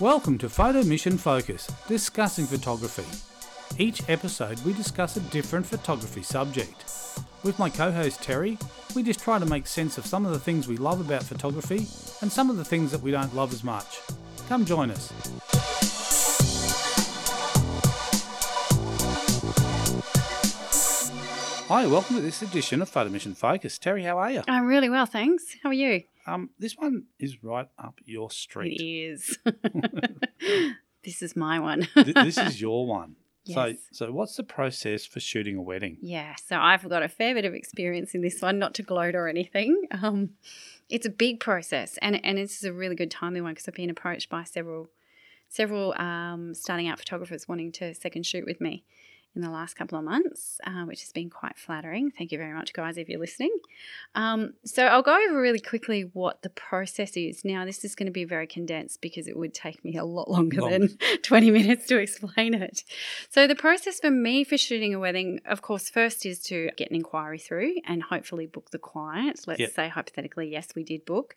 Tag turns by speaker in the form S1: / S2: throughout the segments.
S1: Welcome to Photo Mission Focus, discussing photography. Each episode, we discuss a different photography subject. With my co host Terry, we just try to make sense of some of the things we love about photography and some of the things that we don't love as much. Come join us. Hi, welcome to this edition of Photo Mission Focus. Terry, how are you?
S2: I'm really well, thanks. How are you?
S1: Um, this one is right up your street.
S2: It is. this is my one.
S1: Th- this is your one. So,
S2: Yes.
S1: so what's the process for shooting a wedding?
S2: yeah, so I've got a fair bit of experience in this one, not to gloat or anything. Um, it's a big process, and and this is a really good timely one because I've been approached by several several um, starting out photographers wanting to second shoot with me in the last couple of months, uh, which has been quite flattering. Thank you very much, guys, if you're listening. Um, so I'll go over really quickly what the process is. Now, this is going to be very condensed because it would take me a lot longer
S1: Long.
S2: than 20 minutes to explain it. So the process for me for shooting a wedding, of course, first is to get an inquiry through and hopefully book the client. Let's
S1: Yep.
S2: say hypothetically, yes, we did book.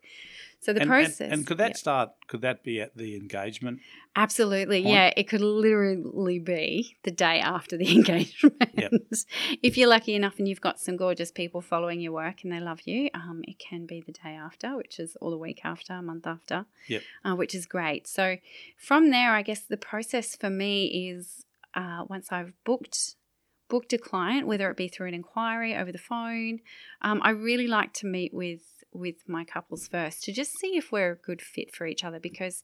S2: So the
S1: and, and-
S2: process
S1: And, could that
S2: yeah.
S1: start? Could that be at the engagement?
S2: Absolutely.
S1: Point.
S2: Yeah. It could literally be the day after the engagement.
S1: Yep.
S2: if you're lucky enough and you've got some gorgeous people following your work and they love you, um, it can be the day after, which is all the week after, a month after,
S1: Yep.
S2: uh, which is great. So from there, I guess the process for me is uh, once I've booked booked a client, whether it be through an inquiry over the phone, um, I really like to meet with with my couples first to just see if we're a good fit for each other because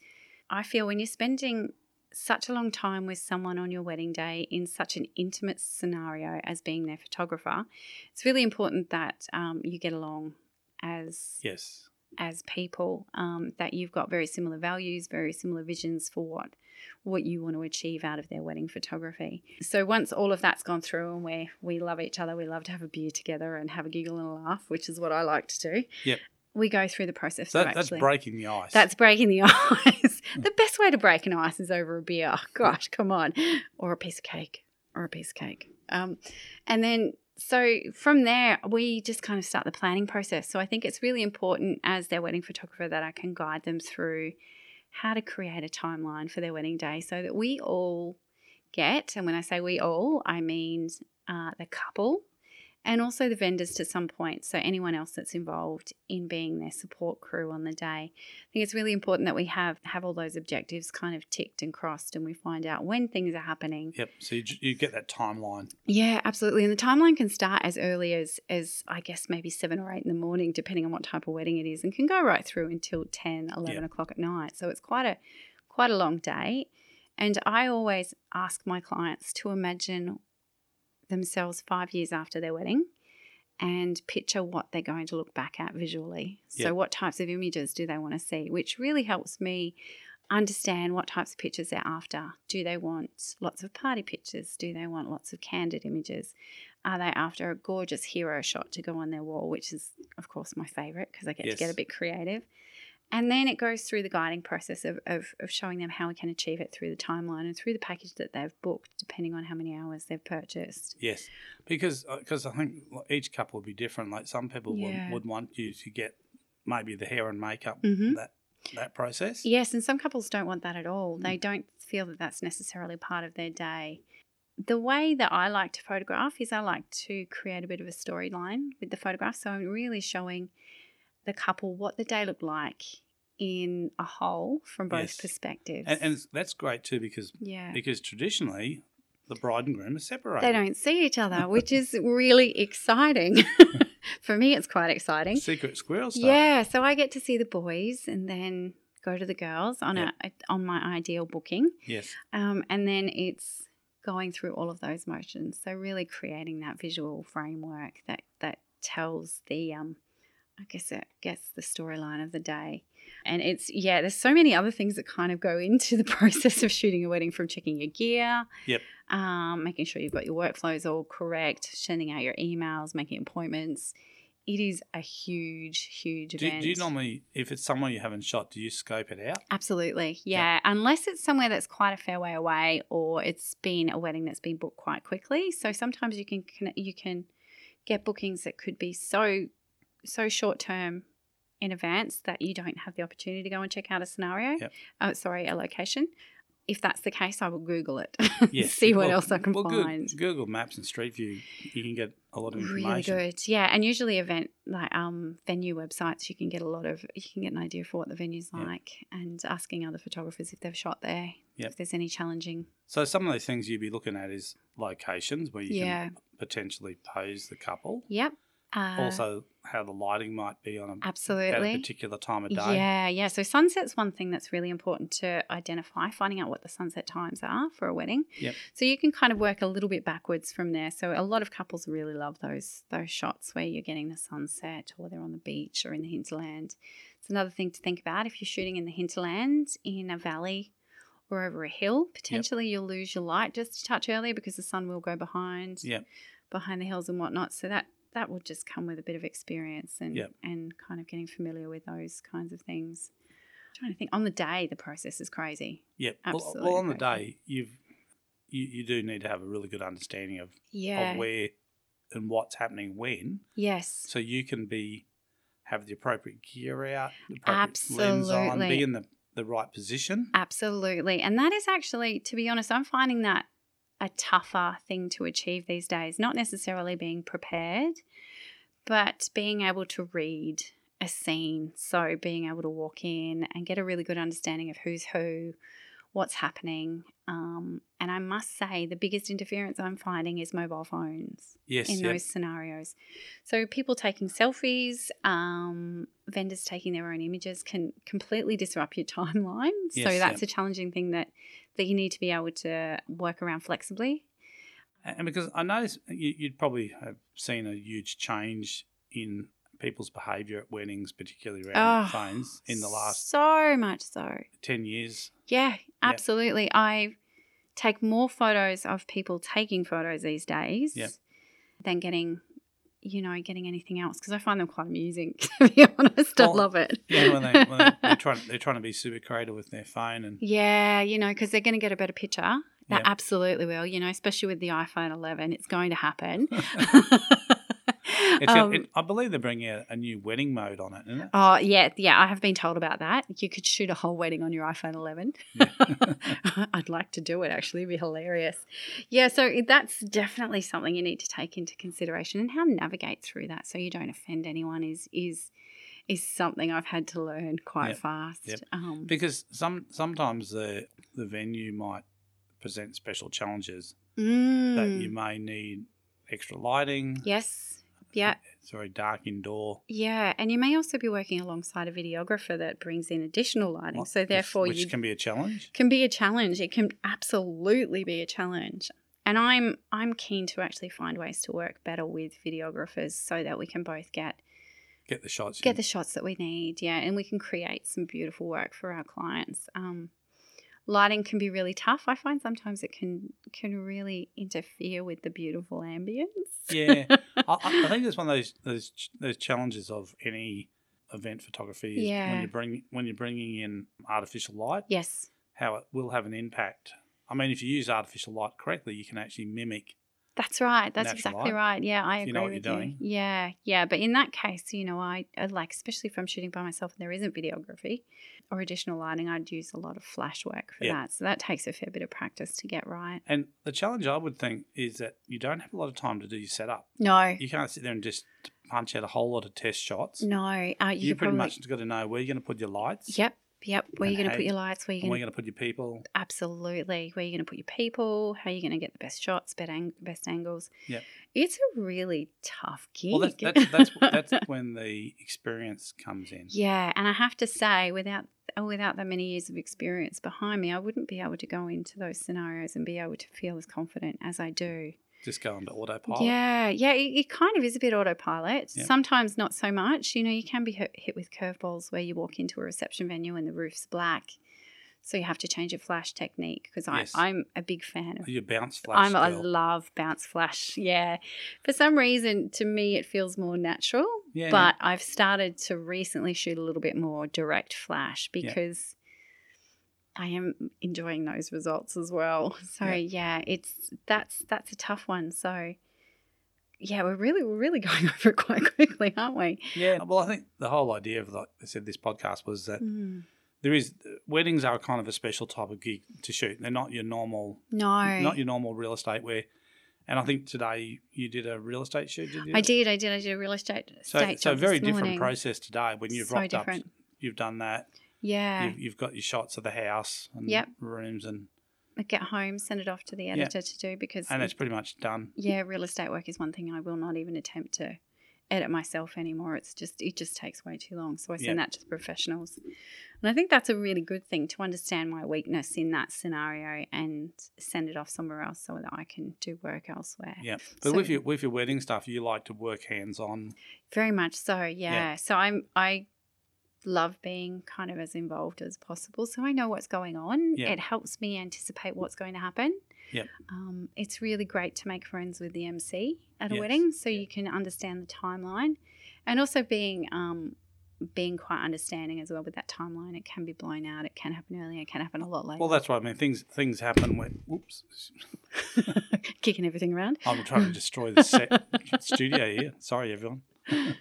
S2: I feel when you're spending such a long time with someone on your wedding day in such an intimate scenario as being their photographer, it's really important that um, you get along as
S1: Yes.
S2: as people um, that you've got very similar values very similar visions for what what you want to achieve out of their wedding photography so once all of that's gone through and we we love each other we love to have a beer together and have a giggle and a laugh which is what i like to do
S1: Yep.
S2: we go through the process
S1: So
S2: of
S1: that, that's
S2: actually-
S1: breaking the ice.
S2: that's breaking the ice. the best way to break an ice is over a beer. Gosh, come on. Or a piece of cake. Or a piece of cake. Um, and then, so from there, we just kind of start the planning process. So I think it's really important as their wedding photographer that I can guide them through how to create a timeline for their wedding day so that we all get, and when I say we all, I mean uh, the couple and also the vendors to some point. So anyone else that's involved in being their support crew on the day. I think it's really important that we have have all those objectives kind of ticked and crossed, and we find out when things are happening.
S1: yep. So you, j- you get that timeline.
S2: Yeah, absolutely. And the timeline can start as early as as I guess maybe seven or eight in the morning, depending on what type of wedding it is, and can go right through until 10, 11
S1: Yeah.
S2: o'clock at night. So it's quite a quite a long day. And I always ask my clients to imagine themselves five years after their wedding and picture what they're going to look back at visually. So
S1: Yeah.
S2: what types of images do they want to see? Which really helps me understand what types of pictures they're after. Do they want lots of party pictures? Do they want lots of candid images? Are they after a gorgeous hero shot to go on their wall, which is, of course, my favorite because I get
S1: Yes.
S2: to get a bit creative? And then it goes through the guiding process of, of, of showing them how we can achieve it through the timeline and through the package that they've booked, depending on how many hours they've purchased.
S1: Yes. Because because I think like, each couple would be different. Like some people
S2: Yeah.
S1: would, would want you to get maybe the hair and makeup
S2: Mhm.
S1: that that process.
S2: Yes, and some couples don't want that at all.
S1: Mm.
S2: They don't feel that that's necessarily part of their day. The way that I like to photograph is I like to create a bit of a storyline with the photograph. So I'm really showing the couple what the day looked like in a whole from both
S1: Yes.
S2: perspectives.
S1: And, and that's great too because
S2: yeah.
S1: because traditionally the bride and groom are separated.
S2: They don't see each other, which is really exciting. For me, it's quite exciting.
S1: Secret squirrel stuff.
S2: Yeah, so I get to see the boys and then go to the girls on
S1: Yep.
S2: a on my ideal booking.
S1: Yes.
S2: Um, and then it's going through all of those motions. So really creating that visual framework that that tells the um, I guess it gets the storyline of the day. And it's yeah, there's so many other things that kind of go into the process of shooting a wedding, from checking your gear,
S1: Yep.
S2: um, making sure you've got your workflows all correct, sending out your emails, making appointments. It is a huge, huge
S1: Do,
S2: event.
S1: do you normally, if it's somewhere you haven't shot, do you scope it out?
S2: Absolutely.
S1: Yeah.
S2: Yeah. Unless it's somewhere that's quite a fair way away or it's been a wedding that's been booked quite quickly. So sometimes you can can- you can get bookings that could be so so short term in advance that you don't have the opportunity to go and check out a scenario,
S1: Yep.
S2: uh, sorry, a location. If that's the case, I will Google it,
S1: Yeah.
S2: see what
S1: Well-
S2: else I can
S1: well, Goo-
S2: find.
S1: Google Maps and Street View, you can get a lot of
S2: Really
S1: information.
S2: good, yeah. And usually event like um venue websites, you can get a lot of you can get an idea for what the venue's
S1: Yeah.
S2: like, and asking other photographers if they've shot there,
S1: Yep.
S2: if there's any challenging.
S1: So some of those things you'd be looking at is locations where you
S2: yeah,
S1: can potentially pose the couple.
S2: yep. Uh,
S1: also, how the lighting might be on a, at a
S2: absolutely.
S1: particular time of day.
S2: Yeah, yeah. So sunset's one thing that's really important to identify, finding out what the sunset times are for a wedding.
S1: Yep.
S2: So you can kind of work a little bit backwards from there. So a lot of couples really love those those shots where you're getting the sunset or they're on the beach or in the hinterland. It's another thing to think about if you're shooting in the hinterland in a valley or over a hill, potentially you'll lose your light just a touch earlier because the sun will go behind
S1: Yep.
S2: behind the hills and whatnot. So that that will just come with a bit of experience and
S1: Yep.
S2: and kind of getting familiar with those kinds of things. trying to think on the day, the process is crazy.
S1: Yep. Well, well,
S2: Absolutely
S1: on the
S2: correct.
S1: day, you've you, you do need to have a really good understanding of,
S2: Yeah.
S1: of where and what's happening when,
S2: yes.
S1: so you can be have the appropriate gear out, the appropriate lens on,
S2: Absolutely.
S1: be in the, the right position.
S2: Absolutely. And that is actually, to be honest, I'm finding that a tougher thing to achieve these days. Not necessarily being prepared, but being able to read a scene. So being able to walk in and get a really good understanding of who's who, what's happening. Um, and I must say, the biggest interference I'm finding is mobile phones
S1: Yes.
S2: in
S1: yep.
S2: those scenarios. So people taking selfies, um, vendors taking their own images can completely disrupt your timeline. so
S1: Yes,
S2: that's a challenging thing that that you need to be able to work around flexibly.
S1: And because I noticed you, you'd probably have seen a huge change in people's behaviour at weddings, particularly around
S2: Oh,
S1: phones, in the last
S2: so much so.
S1: 10 years.
S2: Yeah, absolutely. I take more photos of people taking photos these days
S1: Yep.
S2: than getting, you know, getting anything else because I find them quite amusing. To be honest, I
S1: Well,
S2: love it.
S1: Yeah, when they, when they- they're, trying, they're trying to be super creative with their phone. And
S2: Yeah, you know, because they're going to get a better picture. They
S1: Yeah.
S2: absolutely will, you know, especially with the iPhone 11. It's going to happen.
S1: it's, got-
S2: Um,
S1: it, I believe they're bringing out a new wedding mode on it, isn't it?
S2: oh, yeah, yeah, I have been told about that. You could shoot a whole wedding on your iPhone 11. I'd like to do it, actually. It'd be hilarious. Yeah, so that's definitely something you need to take into consideration and how to navigate through that so you don't offend anyone is is is something I've had to learn quite
S1: Yep,
S2: fast.
S1: yep.
S2: Um,
S1: Because some sometimes the, the venue might present special challenges that
S2: mm,
S1: you may need extra lighting.
S2: yes. Yeah,
S1: It's very dark indoor.
S2: Yeah, and you may also be working alongside a videographer that brings in additional lighting.
S1: Well,
S2: so
S1: which-
S2: therefore,
S1: which
S2: you
S1: can be a challenge.
S2: can be a challenge. It can absolutely be a challenge. And I'm I'm keen to actually find ways to work better with videographers so that we can both get
S1: Get the shots.
S2: get
S1: in.
S2: the shots that we need. Yeah, and we can create some beautiful work for our clients. Um, lighting can be really tough. I find sometimes it can can really interfere with the beautiful ambience.
S1: Yeah, I, I I think it's one of those those ch- those challenges of any event photography. Is
S2: Yeah.
S1: When you bring when you're bringing in artificial light,
S2: yes.
S1: how it will have an impact. I mean, if you use artificial light correctly, you can actually mimic.
S2: That's right. That's
S1: natural
S2: exactly
S1: light.
S2: right. Yeah, I agree
S1: You know what
S2: with
S1: you're
S2: you.
S1: doing.
S2: Yeah, yeah. But in that case, you know, I, I like, especially if I'm shooting by myself and there isn't videography or additional lighting, I'd use a lot of flash work for
S1: Yeah.
S2: that. So that takes a fair bit of practice to get right.
S1: And the challenge I would think is that you don't have a lot of time to do your setup.
S2: No,
S1: You can't sit there and just punch out a whole lot of test shots.
S2: no. Uh, you,
S1: you
S2: could
S1: pretty
S2: probably,
S1: much got to know where you're going to put your lights.
S2: Yep, yep. Where
S1: And
S2: you're going to
S1: how
S2: put
S1: you-
S2: your lights, where you're
S1: And where
S2: going
S1: you're
S2: to,
S1: going to put your people.
S2: absolutely, where you're going to put your people, how you're going to get the best shots, best, ang- best angles.
S1: Yep.
S2: It's a really tough gig.
S1: Well, that's that's, that's that's when the experience comes in.
S2: Yeah, and I have to say, without oh, without the many years of experience behind me, I wouldn't be able to go into those scenarios and be able to feel as confident as I do.
S1: Just go on to autopilot.
S2: Yeah, yeah, it, it kind of is a bit autopilot.
S1: Yeah.
S2: Sometimes not so much. You know, you can be hit, hit with curveballs where you walk into a reception venue and the roof's black, so you have to change your flash technique. Because
S1: Yes.
S2: I'm a big fan of
S1: Your bounce flash.
S2: I'm, I
S1: girl.
S2: love bounce flash. Yeah. For some reason, to me, it feels more natural.
S1: Yeah.
S2: But I've started to recently shoot a little bit more direct flash because I am enjoying those results as well. So yeah, it's that's that's a tough one. So yeah, we're really we're really going over it quite quickly, aren't we?
S1: Yeah. Well, I think the whole idea of, like I said, this podcast was that
S2: Mm.
S1: there is weddings are kind of a special type of gig to shoot. They're not your normal,
S2: No,
S1: not your normal real estate where. And I think today you did a real estate shoot. Did you?
S2: I did, I did, I did a real estate
S1: So,
S2: estate
S1: so
S2: job
S1: very
S2: this
S1: different
S2: morning.
S1: process today when you've
S2: So
S1: rocked up,
S2: different.
S1: you've done that,
S2: Yeah,
S1: you've, you've got your shots of the house and
S2: Yep.
S1: rooms, and
S2: I get home, send it off to the editor to do because
S1: and it's pretty much done.
S2: yeah, real estate work is one thing I will not even attempt to edit myself anymore. It's just it just takes way too long. So I send
S1: Yeah.
S2: that to the professionals. And I think that's a really good thing to understand my weakness in that scenario and send it off somewhere else so that I can do work elsewhere.
S1: Yeah, but
S2: So-
S1: with your with your wedding stuff, you like to work hands on.
S2: Very much so, yeah.
S1: Yeah.
S2: So I'm I love being kind of as involved as possible. So I know what's going on.
S1: Yeah.
S2: It helps me anticipate what's going to happen.
S1: Yep.
S2: Um, it's really great to make friends with the MC at a
S1: Yes.
S2: wedding, so
S1: Yeah.
S2: you can understand the timeline, and also being um, being quite understanding as well with that timeline. It can be blown out. It can happen earlier. It can happen a lot later.
S1: Well, that's what I mean. Things things happen when. Whoops!
S2: Kicking everything around.
S1: I'm trying to destroy the set studio here. Sorry, everyone.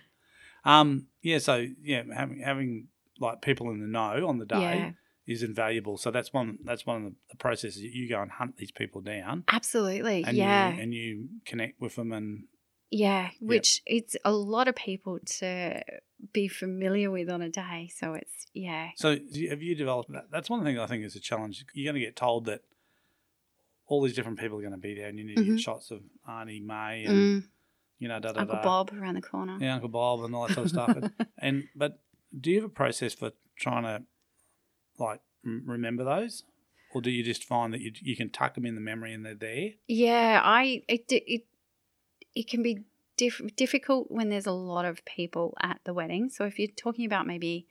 S1: um. Yeah. So yeah, having having like people in the know on the day
S2: Yeah.
S1: is invaluable. So that's one that's one of the processes that you go and hunt these people down.
S2: Absolutely.
S1: And
S2: yeah.
S1: You, and you connect with them and
S2: Yeah, which it's a lot of people to be familiar with on a day. So it's, yeah.
S1: So do you- have you developed that? That's one thing I think is a challenge. You're going to get told that all these different people are going to be there, and you need to
S2: Mhm.
S1: get shots of Arnie May and
S2: Mm,
S1: you know da da
S2: Uncle
S1: da,
S2: Bob around the corner.
S1: yeah, Uncle Bob, and all that sort of stuff. And, and but do you have a process for trying to like m- remember those, or do you just find that you you can tuck them in the memory and they're there?
S2: Yeah, I it di- it it can be diff- difficult when there's a lot of people at the wedding. So if you're talking about maybe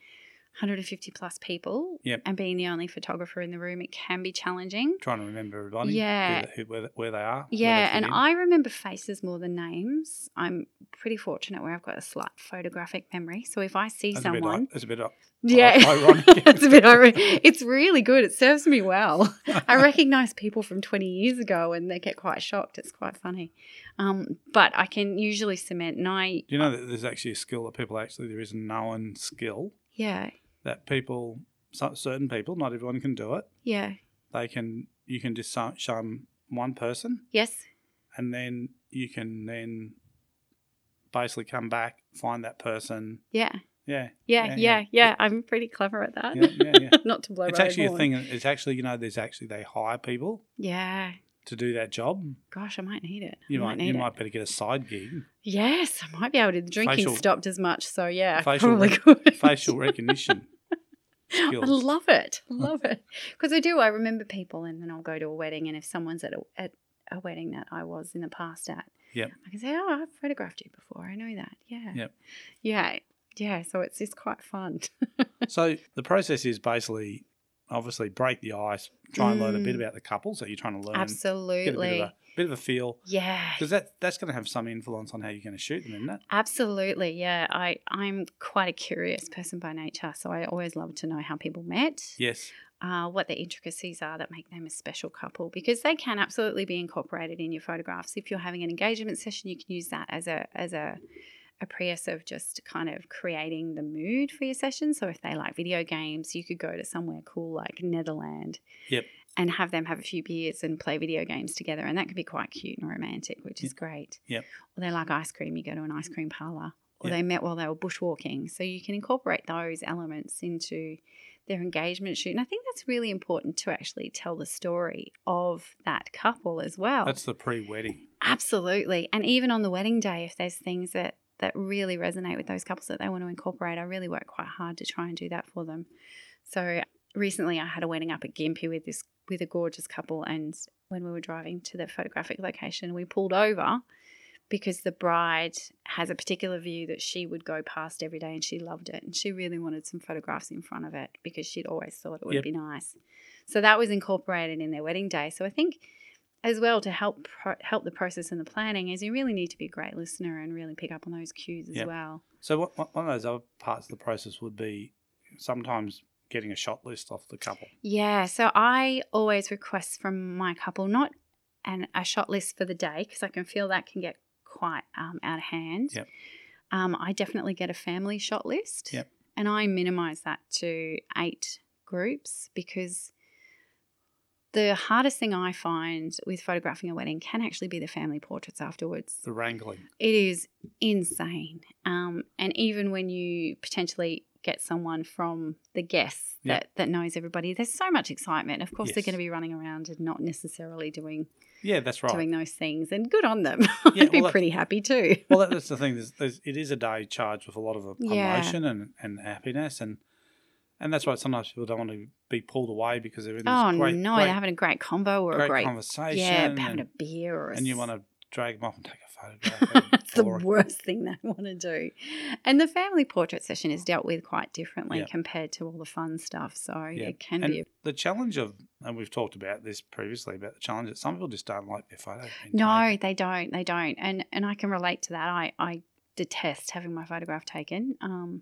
S2: 150 plus people
S1: Yep.
S2: and being the only photographer in the room, it can be challenging.
S1: Trying to remember everybody,
S2: Yeah.
S1: who, who, where, where they are, where they
S2: Yeah,
S1: fit
S2: and
S1: in.
S2: I remember faces more than names. I'm pretty fortunate where I've got a slight photographic memory. So if I see
S1: That's a bit
S2: someone,
S1: like- that's a bit like-
S2: Yeah.
S1: Oh, ironic.
S2: it's a bit ironic. It's really good. It serves me well. Oh, I recognize people from 20 years ago and they get quite shocked. It's quite funny. Um, but I can usually cement, and I,
S1: Do you know that there's actually a skill that people actually there is a known skill
S2: yeah,
S1: that people, so- certain people, not everyone can do it.
S2: yeah,
S1: They can you can just so- show 'em one person,
S2: yes,
S1: and then you can then basically come back find that person.
S2: yeah,
S1: Yeah, Yeah,
S2: yeah, yeah,
S1: yeah.
S2: yeah. I'm pretty clever at that.
S1: yeah, yeah. yeah.
S2: Not to blow
S1: it's
S2: my own
S1: actually a
S2: horn.
S1: thing. It's actually you know there's actually they hire people
S2: Yeah.
S1: to do that job.
S2: Gosh, I might need it.
S1: You
S2: I
S1: might, you
S2: need it.
S1: might better get a side gig.
S2: Yes, I might be able to. The drinking
S1: Facial-
S2: stopped as much, so yeah, I
S1: facial
S2: probably
S1: rec-
S2: could.
S1: Facial recognition.
S2: I
S1: skills.
S2: love it. I love it. Because I do. I remember people, and then I'll go to a wedding, and if someone's at a, at a wedding that I was in the past at,
S1: Yep.
S2: I can say, "Oh, I've photographed you before. I know that." Yeah.
S1: Yep.
S2: Yeah. Yeah. So it's just quite fun.
S1: So the process is basically, obviously, break the ice, try and learn a bit about the couple. So you're trying to learn, get a bit
S2: Mm. Absolutely.
S1: of a bit of a feel,
S2: Yeah.
S1: because that that's going to have some influence on how you're going to shoot them, isn't it?
S2: Absolutely. Yeah. I I'm quite a curious person by nature, so I always love to know how people met.
S1: Yes.
S2: uh, what the intricacies are that make them a special couple because they can absolutely be incorporated in your photographs. If you're having an engagement session, you can use that as a as a a prius of just kind of creating the mood for your session. So if they like video games, you could go to somewhere cool like Netherland.
S1: Yep.
S2: And have them have a few beers and play video games together, and that could be quite cute and romantic, which is great.
S1: Yep.
S2: Or they like ice cream, you go to an ice cream parlor. Or
S1: Yep.
S2: they met while they were bushwalking, so you can incorporate those elements into their engagement shoot. And I think that's really important to actually tell the story of that couple as well.
S1: That's the pre-wedding.
S2: Absolutely. And even on the wedding day, if there's things that that really resonate with those couples that they want to incorporate, I really work quite hard to try and do that for them. So recently I had a wedding up at Gympie with this with a gorgeous couple and when we were driving to the photographic location, we pulled over because the bride has a particular view that she would go past every day and she loved it and she really wanted some photographs in front of it because she'd always thought it would
S1: Yep.
S2: be nice. So that was incorporated in their wedding day. So I think as well to help pro- help the process and the planning is you really need to be a great listener and really pick up on those cues as
S1: Yep.
S2: well.
S1: So what, what- one of those other parts of the process would be sometimes getting a shot list off the couple.
S2: Yeah, so I always request from my couple not an a shot list for the day because I can feel that can get quite um, out of hand.
S1: Yep.
S2: Um, I definitely get a family shot list.
S1: Yep.
S2: And I minimize that to eight groups because the hardest thing I find with photographing a wedding can actually be the family portraits afterwards.
S1: The wrangling.
S2: It is insane. Um, and even when you potentially get someone from the guests
S1: Yeah.
S2: that, that knows everybody, there's so much excitement. Of course, they're
S1: Yes.
S2: going to be running around and not necessarily doing
S1: Yeah, that's right.
S2: doing those things. And good on them.
S1: Yeah,
S2: I'd be
S1: well, uh, that-
S2: pretty happy too.
S1: well, that, that's the thing. There's, there's, it is a day charged with a lot of uh,
S2: Yeah.
S1: emotion and, and happiness, and and that's why sometimes people don't want to be pulled away because they're in this
S2: Oh
S1: great,
S2: no,
S1: great,
S2: they're having a great combo or
S1: great
S2: a great
S1: conversation,
S2: yeah,
S1: and,
S2: having a beer or a
S1: and you
S2: s-
S1: want to drag them off and take a photograph. and
S2: It's the
S1: boring.
S2: worst thing they want to do. And the family portrait session is dealt with quite differently
S1: Yeah.
S2: compared to all the fun stuff. So
S1: Yeah.
S2: it can
S1: And
S2: be.
S1: the challenge of, and we've talked about this previously about the challenge that some people just don't like their photo. being
S2: No,
S1: taken.
S2: they don't. They don't. And and I can relate to that. I I detest having my photograph taken. Um,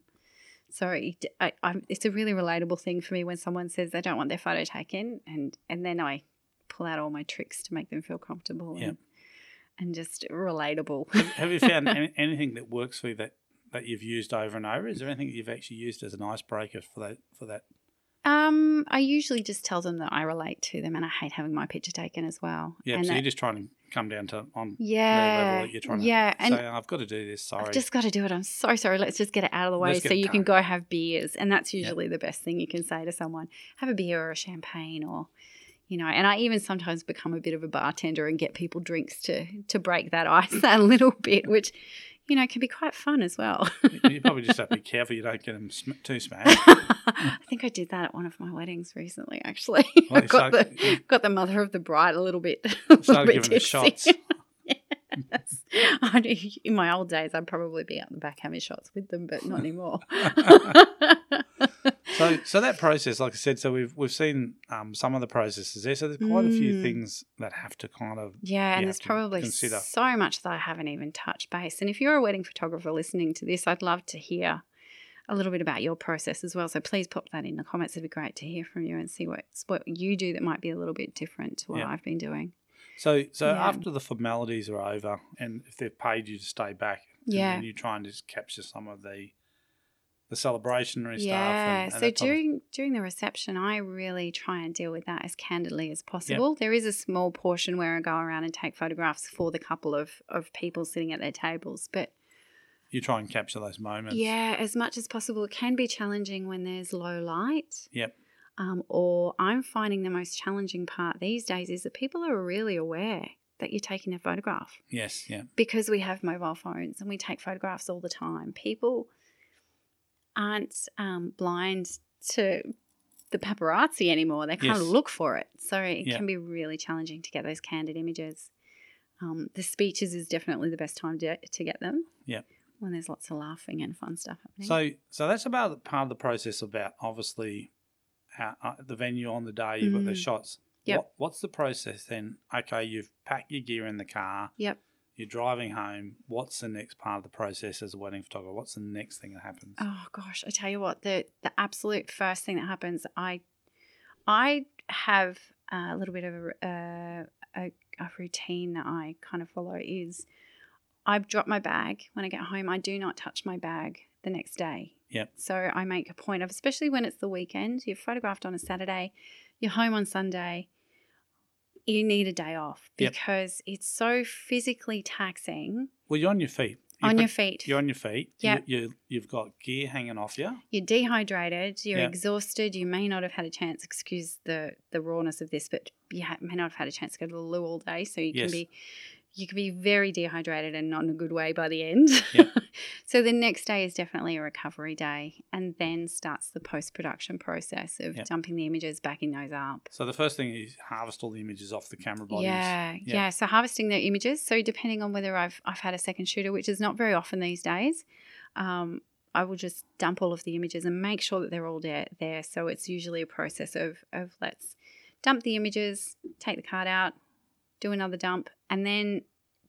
S2: so it, I, I'm, it's a really relatable thing for me when someone says they don't want their photo taken, and and then I pull out all my tricks to make them feel comfortable.
S1: Yeah.
S2: And, and just relatable.
S1: Have you found any, anything that works for you that, that you've used over and over? Is there anything that you've actually used as an icebreaker for that? For that,
S2: Um, I usually just tell them that I relate to them, and I hate having my picture taken as well.
S1: yeah.
S2: and
S1: so
S2: that-
S1: you're just trying to come down to on
S2: yeah,
S1: the level that you're trying to
S2: yeah, and
S1: say, "Oh, I've got to do this. Sorry.
S2: I've just got to do it. I'm so sorry. Let's just get it out of the way
S1: Let's get
S2: so
S1: it
S2: you can
S1: done.
S2: go have beers, and that's
S1: Yeah.
S2: usually the best thing you can say to someone: have a beer or a champagne, or you know. And I even sometimes become a bit of a bartender and get people drinks to to break that ice that little bit, which you know can be quite fun as well.
S1: You- you probably just have to be careful you don't get them sm- too smashed.
S2: I think I did that at one of my weddings recently. Actually,
S1: Well,
S2: I
S1: you
S2: got
S1: start-
S2: the got the mother of the bride a little bit, a little
S1: Start
S2: bit
S1: giving them
S2: tipsy.
S1: shots.
S2: Yes. I do, in my old days, I'd probably be out the back having shots with them, but not anymore.
S1: So, so that process, like I said, so we've we've seen um, some of the processes there. So there's quite a few
S2: Mm.
S1: things that have to kind of
S2: yeah,
S1: You
S2: and
S1: have
S2: there's
S1: to
S2: probably
S1: consider.
S2: so much that I haven't even touched base. And if you're a wedding photographer listening to this, I'd love to hear a little bit about your process as well. So please pop that in the comments. It'd be great to hear from you and see what what you do that might be a little bit different to what
S1: Yeah.
S2: I've been doing.
S1: So, so
S2: Yeah.
S1: after the formalities are over, and if they've paid you to stay back, and
S2: Yeah.
S1: then you try and just capture some of the the celebrationary stuff.
S2: Yeah.
S1: and- and
S2: so
S1: that type of-
S2: during during the reception, I really try and deal with that as candidly as possible. There is a small portion where I go around and take photographs for the couple of of people sitting at their tables, but
S1: you try and capture those moments.
S2: yeah, as much as possible. It can be challenging when there's low light.
S1: Yep.
S2: Um, or I'm finding the most challenging part these days is that people are really aware that you're taking a photograph
S1: Yes. Yeah.
S2: because we have mobile phones and we take photographs all the time, people aren't um, blind to the paparazzi anymore. They can't
S1: Yes.
S2: look for it. So it
S1: Yeah.
S2: can be really challenging to get those candid images. Um, the speeches is definitely the best time to, to get them.
S1: Yeah.
S2: When there's lots of laughing and fun stuff happening.
S1: So, so that's about the part of the process. About obviously, how, uh, the venue on the day you've got the
S2: Mm.
S1: shots.
S2: Yep.
S1: What, what's the process then? Okay, you've packed your gear in the car.
S2: yep.
S1: You're driving home. What's the next part of the process as a wedding photographer? What's the next thing that happens?
S2: Oh gosh, I tell you what, the the absolute first thing that happens, I I have a little bit of a, uh, a a routine that I kind of follow is I drop my bag when I get home. I do not touch my bag the next day.
S1: Yep.
S2: So I make a point of, especially when it's the weekend. You're photographed on a Saturday, you're home on Sunday. You need a day off
S1: Yep.
S2: because it's so physically taxing
S1: Well, you're on your feet. You
S2: on
S1: put-
S2: your feet.
S1: You're on your feet.
S2: Yeah.
S1: You, you, you've got gear hanging off you.
S2: you're dehydrated, you're
S1: Yeah.
S2: exhausted, you may not have had a chance, excuse the the rawness of this, but you ha- may not have had a chance to go to the loo all day, so you
S1: Yes.
S2: can be you can be very dehydrated and not in a good way by the end.
S1: Yeah.
S2: so the next day is definitely a recovery day and then starts the post-production process of
S1: Yeah.
S2: dumping the images, backing those up.
S1: So the first thing is harvest all the images off the camera bodies.
S2: Yeah,
S1: Yeah.
S2: yeah, So harvesting their images. So depending on whether I've I've had a second shooter, which is not very often these days, um, I will just dump all of the images and make sure that they're all there. There. So it's usually a process of of let's dump the images, take the card out, do another dump, and then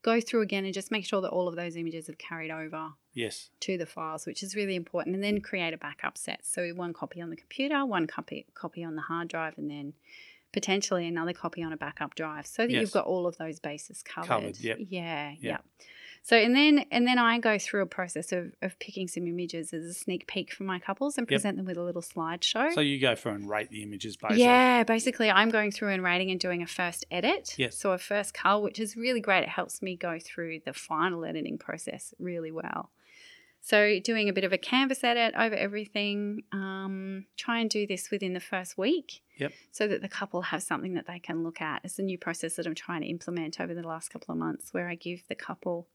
S2: go through again and just make sure that all of those images have carried over
S1: Yes.
S2: to the files, which is really important, and then create a backup set. So one copy on the computer, one copy copy on the hard drive, and then potentially another copy on a backup drive, so that
S1: Yes.
S2: you've got all of those bases covered.
S1: Covered, yep.
S2: Yeah, yeah.
S1: Yep.
S2: So and then and then I go through a process of, of picking some images as a sneak peek for my couples and
S1: Yep.
S2: present them with a little slideshow.
S1: So you go through and rate the images basically.
S2: Yeah, basically, I'm going through and rating and doing a first edit.
S1: Yes.
S2: So a first cull, which is really great. It helps me go through the final editing process really well. So doing a bit of a canvas edit over everything. Um, try and do this within the first week.
S1: Yep.
S2: So that the couple have something that they can look at. It's a new process that I'm trying to implement over the last couple of months, where I give the couple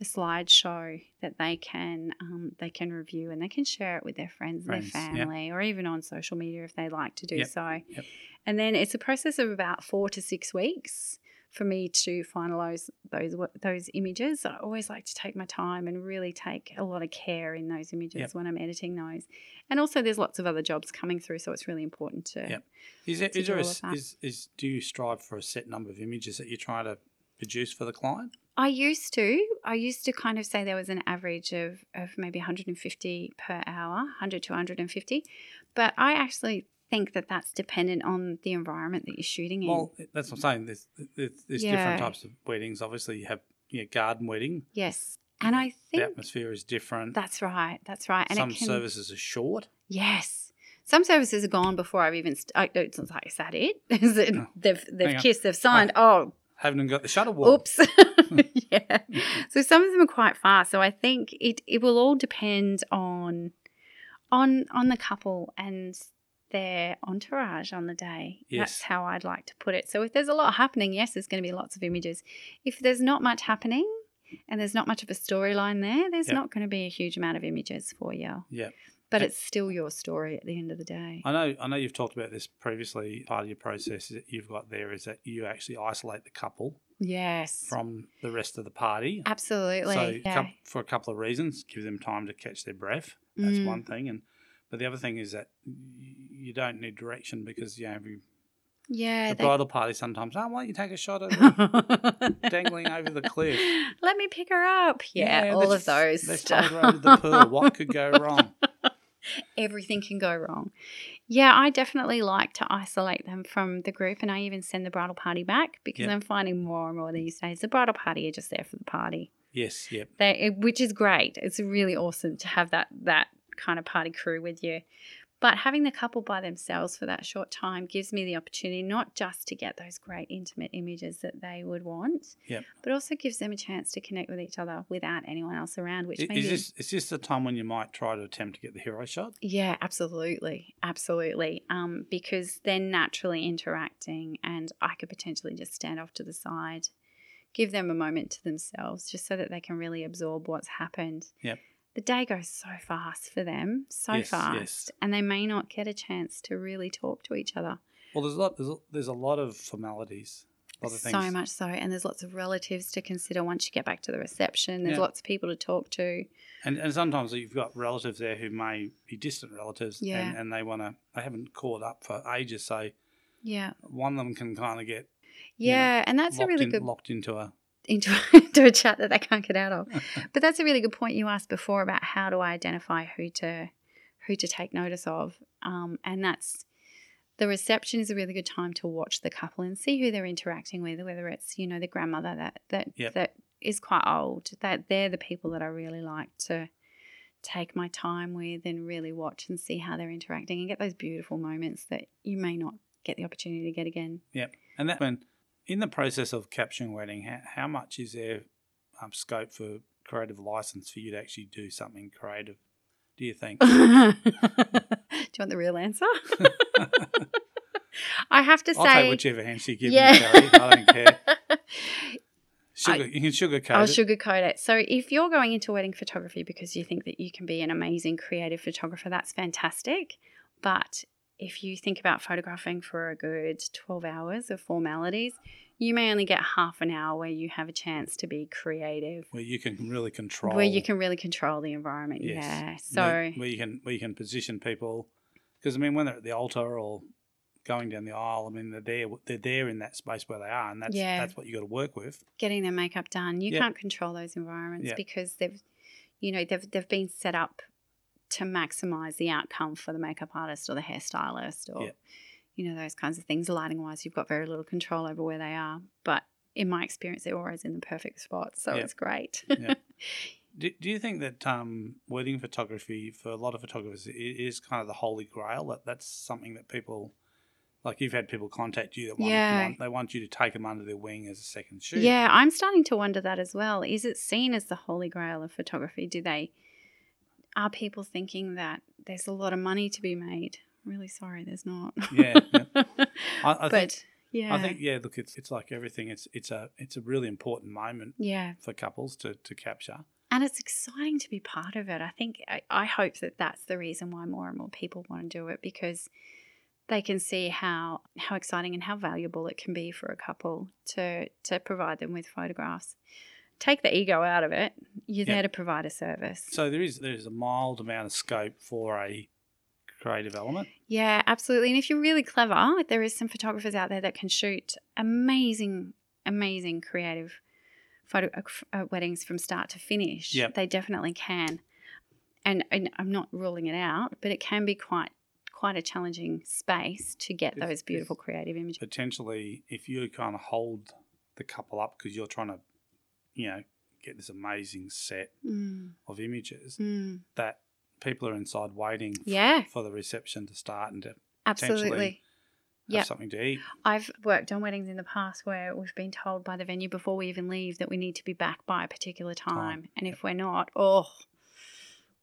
S2: a slideshow that they can um, they can review and they can share it with their friends, and their
S1: Friends, yeah.
S2: family, or even on social media if they like to do
S1: Yep.
S2: so.
S1: Yep.
S2: And then it's a process of about four to six weeks for me to finalize those wo- those images. I always like to take my time and really take a lot of care in those images
S1: Yep.
S2: when I'm editing those. And also, there's lots of other jobs coming through, so it's really important to.
S1: Yep. Is, it,
S2: to
S1: is there
S2: do
S1: a,
S2: all of that.
S1: is, is do you strive for a set number of images that you're trying to produce for the client?
S2: I used to. I used to kind of say there was an average of, of maybe 150 per hour, 100 to 150. But I actually think that that's dependent on the environment that you're shooting in.
S1: Well, that's what I'm saying. There's there's, there's
S2: Yeah.
S1: different types of weddings. Obviously, you have your garden wedding.
S2: yes. And I
S1: The
S2: think
S1: atmosphere is different.
S2: that's right. That's right. And
S1: Some
S2: it can,
S1: services are short.
S2: Yes. Some services are gone before I've even. St- I, it's like, is that it? Is it
S1: Oh.
S2: they've
S1: Hang
S2: they've
S1: on.
S2: kissed, they've signed. Oh,
S1: Haven't even got the shutter wall.
S2: Oops.
S1: hmm.
S2: yeah. So some of them are quite fast. So I think it, it will all depend on on on the couple and their entourage on the day.
S1: Yes.
S2: That's how I'd like to put it. So if there's a lot happening, yes, there's going to be lots of images. If there's not much happening and there's not much of a storyline there, there's
S1: Yeah.
S2: not going to be a huge amount of images for you.
S1: Yeah.
S2: But
S1: Yeah.
S2: it's still your story at the end of the day.
S1: I know. I know you've talked about this previously. Part of your process that you've got there is that you actually isolate the couple
S2: yes.
S1: from the rest of the party.
S2: Absolutely.
S1: So
S2: yeah.
S1: coup- for a couple of reasons, give them time to catch their breath. That's
S2: Mm.
S1: one thing, and but the other thing is that y- you don't need direction because you know every,
S2: yeah.
S1: the
S2: they-
S1: bridal party sometimes. Oh, why don't you take a shot at it?"
S2: dangling
S1: over the cliff.
S2: Let me pick her up. Yeah,
S1: Yeah,
S2: all
S1: let's-
S2: of those
S1: Let's
S2: stuff.
S1: throw her over the pearl. What could go wrong?
S2: Everything can go wrong. Yeah, I definitely like to isolate them from the group, and I even send the bridal party back because
S1: Yeah.
S2: I'm finding more and more these days the bridal party are just there for the party,
S1: Yes, yep.
S2: they, it- which is great. It's really awesome to have that that kind of party crew with you. But having the couple by themselves for that short time gives me the opportunity not just to get those great intimate images that they would want,
S1: Yep.
S2: but also gives them a chance to connect with each other without anyone else around, which
S1: I-
S2: maybe
S1: Is this is this the time when you might try to attempt to get the hero shot?
S2: yeah, absolutely, absolutely, um, because they're naturally interacting, and I could potentially just stand off to the side, give them a moment to themselves, just so that they can really absorb what's happened.
S1: Yep.
S2: The day goes so fast for them, so
S1: Yes,
S2: fast,
S1: yes.
S2: and they may not get a chance to really talk to each other.
S1: Well, there's a lot. There's a, there's a lot of formalities. A lot of things.
S2: So much so, and there's lots of relatives to consider once you get back to the reception. There's
S1: Yeah.
S2: lots of people to talk to.
S1: And, and sometimes you've got relatives there who may be distant relatives,
S2: Yeah.
S1: and, and they want to. They haven't caught up for ages, so
S2: Yeah,
S1: one of them can kind of get You know,
S2: yeah, and that's a
S1: locked,
S2: really
S1: in,
S2: good
S1: locked into a.
S2: into into a chat that they can't get out of. But that's a really good point you asked before about how do I identify who to who to take notice of, um, and that's the reception is a really good time to watch the couple and see who they're interacting with, whether it's you know the grandmother that that
S1: Yep.
S2: that is quite old. That they're the people that I really like to take my time with and really watch and see how they're interacting and get those beautiful moments that you may not get the opportunity to get again.
S1: And that when in the process of capturing wedding, how, how much is there um, scope for creative license for you to actually do something creative? Do you think?
S2: Do you want the real answer? I have to
S1: I'll
S2: say,
S1: take whichever answer you give
S2: Yeah.
S1: me, Carrie. I don't care. Sugar, you can sugarcoat
S2: I'll
S1: it.
S2: sugarcoat it. So, if you're going into wedding photography because you think that you can be an amazing creative photographer, that's fantastic. But if you think about photographing for a good 12 hours of formalities, you may only get half an hour where you have a chance to be creative,
S1: where you can really control.
S2: where you can really control the environment.
S1: Yes.
S2: Yeah. So,
S1: where, where you can where you can position people, because I mean when they're at the altar or going down the aisle, I mean they're there they're there in that space where they are, and that's
S2: Yeah.
S1: that's what you got to work with.
S2: getting their makeup done. You
S1: Yeah.
S2: can't control those environments
S1: Yeah.
S2: because they've, you know, they've they've been set up to maximize the outcome for the makeup artist or the hairstylist or,
S1: Yeah.
S2: you know, those kinds of things. Lighting wise, you've got very little control over where they are, but in my experience, they're always in the perfect spot. So
S1: Yeah.
S2: it's great.
S1: yeah. Do, do you think that um, wedding photography for a lot of photographers i- is kind of the holy grail? That that's something that people, like you've had people contact you that want,
S2: Yeah.
S1: want they want you to take them under their wing as a second shoot.
S2: Yeah, I'm starting to wonder that as well. Is it seen as the holy grail of photography? Do they are people thinking that there's a lot of money to be made? Really sorry, there's not.
S1: yeah. yeah. I, I
S2: but
S1: think,
S2: yeah,
S1: I think yeah. Look, it's it's like everything. It's it's a it's a really important moment
S2: yeah,
S1: for couples to to capture.
S2: and it's exciting to be part of it. I think I, I hope that that's the reason why more and more people want to do it because they can see how how exciting and how valuable it can be for a couple to to provide them with photographs. Take the ego out of it. You're
S1: Yeah.
S2: there to provide a service.
S1: So there is there is a mild amount of scope for a creative element.
S2: Yeah, absolutely. And if you're really clever, there is some photographers out there that can shoot amazing, amazing creative photo uh, f- uh, weddings from start to finish.
S1: Yep.
S2: They definitely can. And, and I'm not ruling it out, but it can be quite quite a challenging space to get
S1: It's-
S2: those beautiful creative images.
S1: Potentially, if you kind of hold the couple up because you're trying to, you know, get this amazing set
S2: Mm,
S1: of images
S2: mm.
S1: that people are inside waiting f-
S2: Yeah,
S1: for the reception to start and to have
S2: absolutely. Yep.
S1: something to eat.
S2: I've worked on weddings in the past where we've been told by the venue before we even leave that we need to be back by a particular time, and if we're not, oh,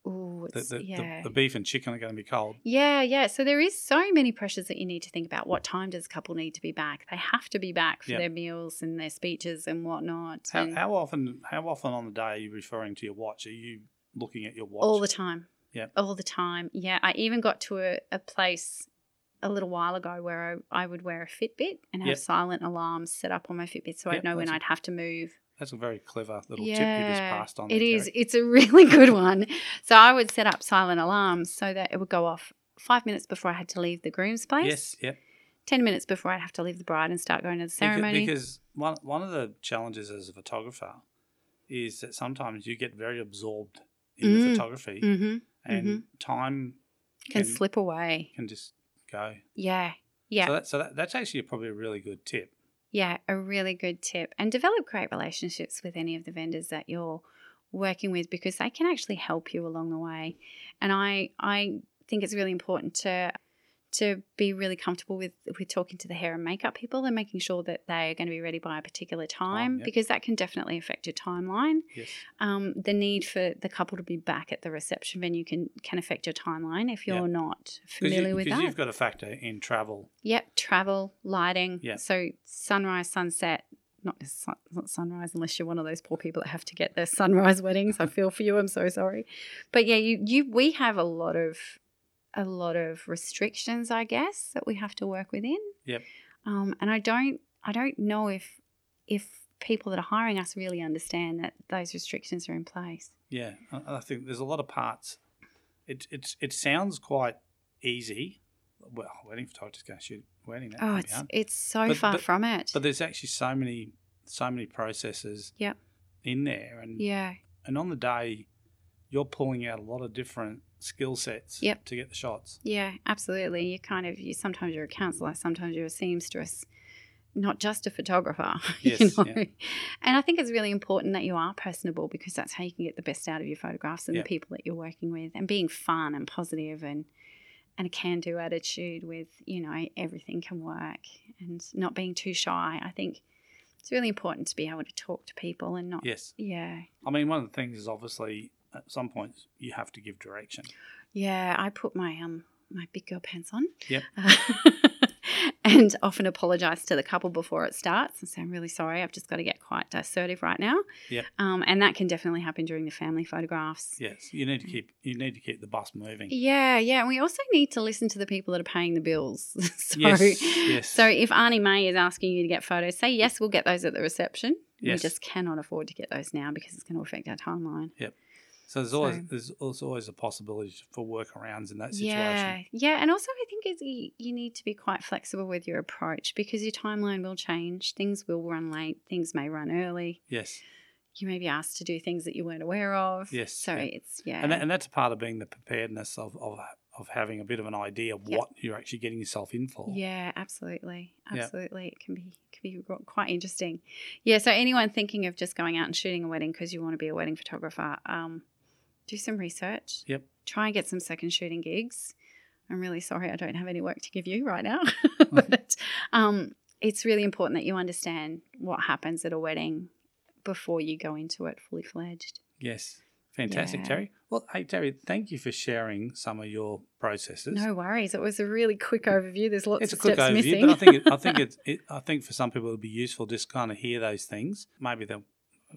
S2: ooh,
S1: The,
S2: it's,
S1: the, the-
S2: yeah,
S1: the beef and chicken are going to be cold.
S2: yeah, yeah. So there is so many pressures that you need to think about. What time does a couple need to be back? They have to be back for
S1: Yeah.
S2: their meals and their speeches and whatnot.
S1: How,
S2: and
S1: how often how often on the day are you referring to your watch? Are you looking at your watch?
S2: all the time.
S1: Yeah.
S2: all the time. Yeah, I even got to a, a place a little while ago where I, I would wear a Fitbit and have
S1: Yeah.
S2: silent alarms set up on my Fitbit so
S1: Yeah,
S2: I'd know when
S1: that's-
S2: I'd have to move.
S1: That's a very clever little tip you just passed on.
S2: It
S1: there,
S2: is.
S1: Terry.
S2: It's a really good one. So I would set up silent alarms so that it would go off five minutes before I had to leave the groom's place.
S1: Yes, yep.
S2: Ten minutes before I'd have to leave the bride and start going to the
S1: Becau-
S2: ceremony.
S1: Because one one of the challenges as a photographer is that sometimes you get very absorbed in the
S2: Mm,
S1: photography
S2: hmm
S1: and time
S2: Can
S1: can-
S2: slip away.
S1: can just go.
S2: Yeah. Yeah.
S1: So, that, so that, that's actually probably a really good tip.
S2: yeah. A really good tip. And develop great relationships with any of the vendors that you're working with because they can actually help you along the way. And I I think it's really important to to be really comfortable with with talking to the hair and makeup people and making sure that they are going to be ready by a particular time
S1: yeah.
S2: because that can definitely affect your timeline.
S1: Yes.
S2: Um, the need for the couple to be back at the reception venue can can affect your timeline if you're
S1: Yeah.
S2: not
S1: Because
S2: familiar
S1: you,
S2: with
S1: because
S2: that.
S1: you've got to factor in travel.
S2: Yep, travel, lighting.
S1: Yeah.
S2: So sunrise, sunset. Not sun, not sunrise, unless you're one of those poor people that have to get their sunrise weddings. I feel for you. I'm so sorry, but yeah, you you we have a lot of a lot of restrictions, I guess, that we have to work within.
S1: Yep.
S2: Um, and I don't I don't know if if people that are hiring us really understand that those restrictions are in place.
S1: Yeah, I, I think there's a lot of parts. It it's it sounds quite easy. Well, wedding photographer's going to shoot a wedding. That
S2: Oh,
S1: can't be
S2: it's
S1: hard.
S2: it's so
S1: But-
S2: far
S1: but-
S2: from it.
S1: But there's actually so many so many processes.
S2: Yep.
S1: In there, and
S2: yeah.
S1: and on the day, you're pulling out a lot of different skill sets.
S2: Yep.
S1: To get the shots.
S2: Yeah, absolutely. You kind of you sometimes you're a counselor, sometimes you're a seamstress, not just a photographer. you
S1: Yes,
S2: know?
S1: yeah.
S2: And I think it's really important that you are personable because that's how you can get the best out of your photographs and
S1: Yeah.
S2: the people that you're working with and being fun and positive and and a can-do attitude with, you know, everything can work and not being too shy. I think it's really important to be able to talk to people and not
S1: Yes.
S2: yeah.
S1: I mean, one of the things is obviously at some points you have to give direction.
S2: Yeah, I put my um my big girl pants on.
S1: Yep.
S2: Uh, and often apologise to the couple before it starts and say, "I'm really sorry. I've just got to get quite assertive right now."
S1: Yep.
S2: Um, and that can definitely happen during the family photographs.
S1: Yes. You
S2: Mm.
S1: need to keep you need to keep the bus moving.
S2: Yeah, yeah. And we also need to listen to the people that are paying the bills. so,
S1: Yes, yes.
S2: so if Arnie May is asking you to get photos, say yes, we'll get those at the reception.
S1: Yes.
S2: We just cannot afford to get those now because it's going to affect our timeline.
S1: So there's always
S2: So-
S1: there's also always a possibility for workarounds in that situation.
S2: Yeah, yeah, and also I think it's, you, you need to be quite flexible with your approach because your timeline will change. Things will run late. Things may run early.
S1: Yes.
S2: You may be asked to do things that you weren't aware of.
S1: Yes,
S2: So
S1: yeah.
S2: it's yeah,
S1: And, that, and that's a part of being the preparedness of, of, of having a bit of an idea
S2: Yeah.
S1: what you're actually getting yourself in for.
S2: Yeah, absolutely,
S1: Yeah.
S2: absolutely. It can be can be ro- quite interesting. Yeah. So anyone thinking of just going out and shooting a wedding because you want to be a wedding photographer, um, do some research.
S1: Yep.
S2: Try and get some second shooting gigs. I'm really sorry I don't have any work to give you right now,
S1: Mm.
S2: but um, it's really important that you understand what happens at a wedding before you go into it fully fledged.
S1: Yes. Fantastic,
S2: Yeah.
S1: Terry. Well, hey, Terry, thank you for sharing some of your processes.
S2: No worries. It was a really quick overview. There's lots
S1: it's a
S2: of
S1: quick
S2: steps
S1: overview,
S2: missing.
S1: but I think it, I think it's it, I think for some people it'll be useful just to kind of hear those things. Maybe they'll.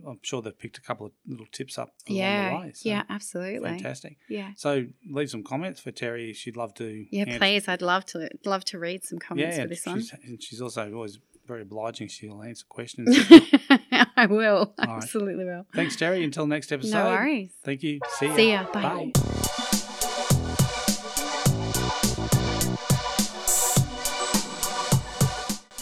S1: I'm sure they've picked a couple of little tips up along
S2: yeah,
S1: the way. So,
S2: yeah, absolutely.
S1: fantastic.
S2: Yeah.
S1: So leave some comments for Terry. She'd love to.
S2: Yeah,
S1: answer-
S2: please. I'd love to love to read some comments
S1: yeah,
S2: for this one.
S1: she's, and she's also always very obliging. She'll answer questions.
S2: I will. I
S1: right.
S2: absolutely will.
S1: Thanks, Terry. Until next episode.
S2: No worries.
S1: Thank you. See ya.
S2: See ya. Bye.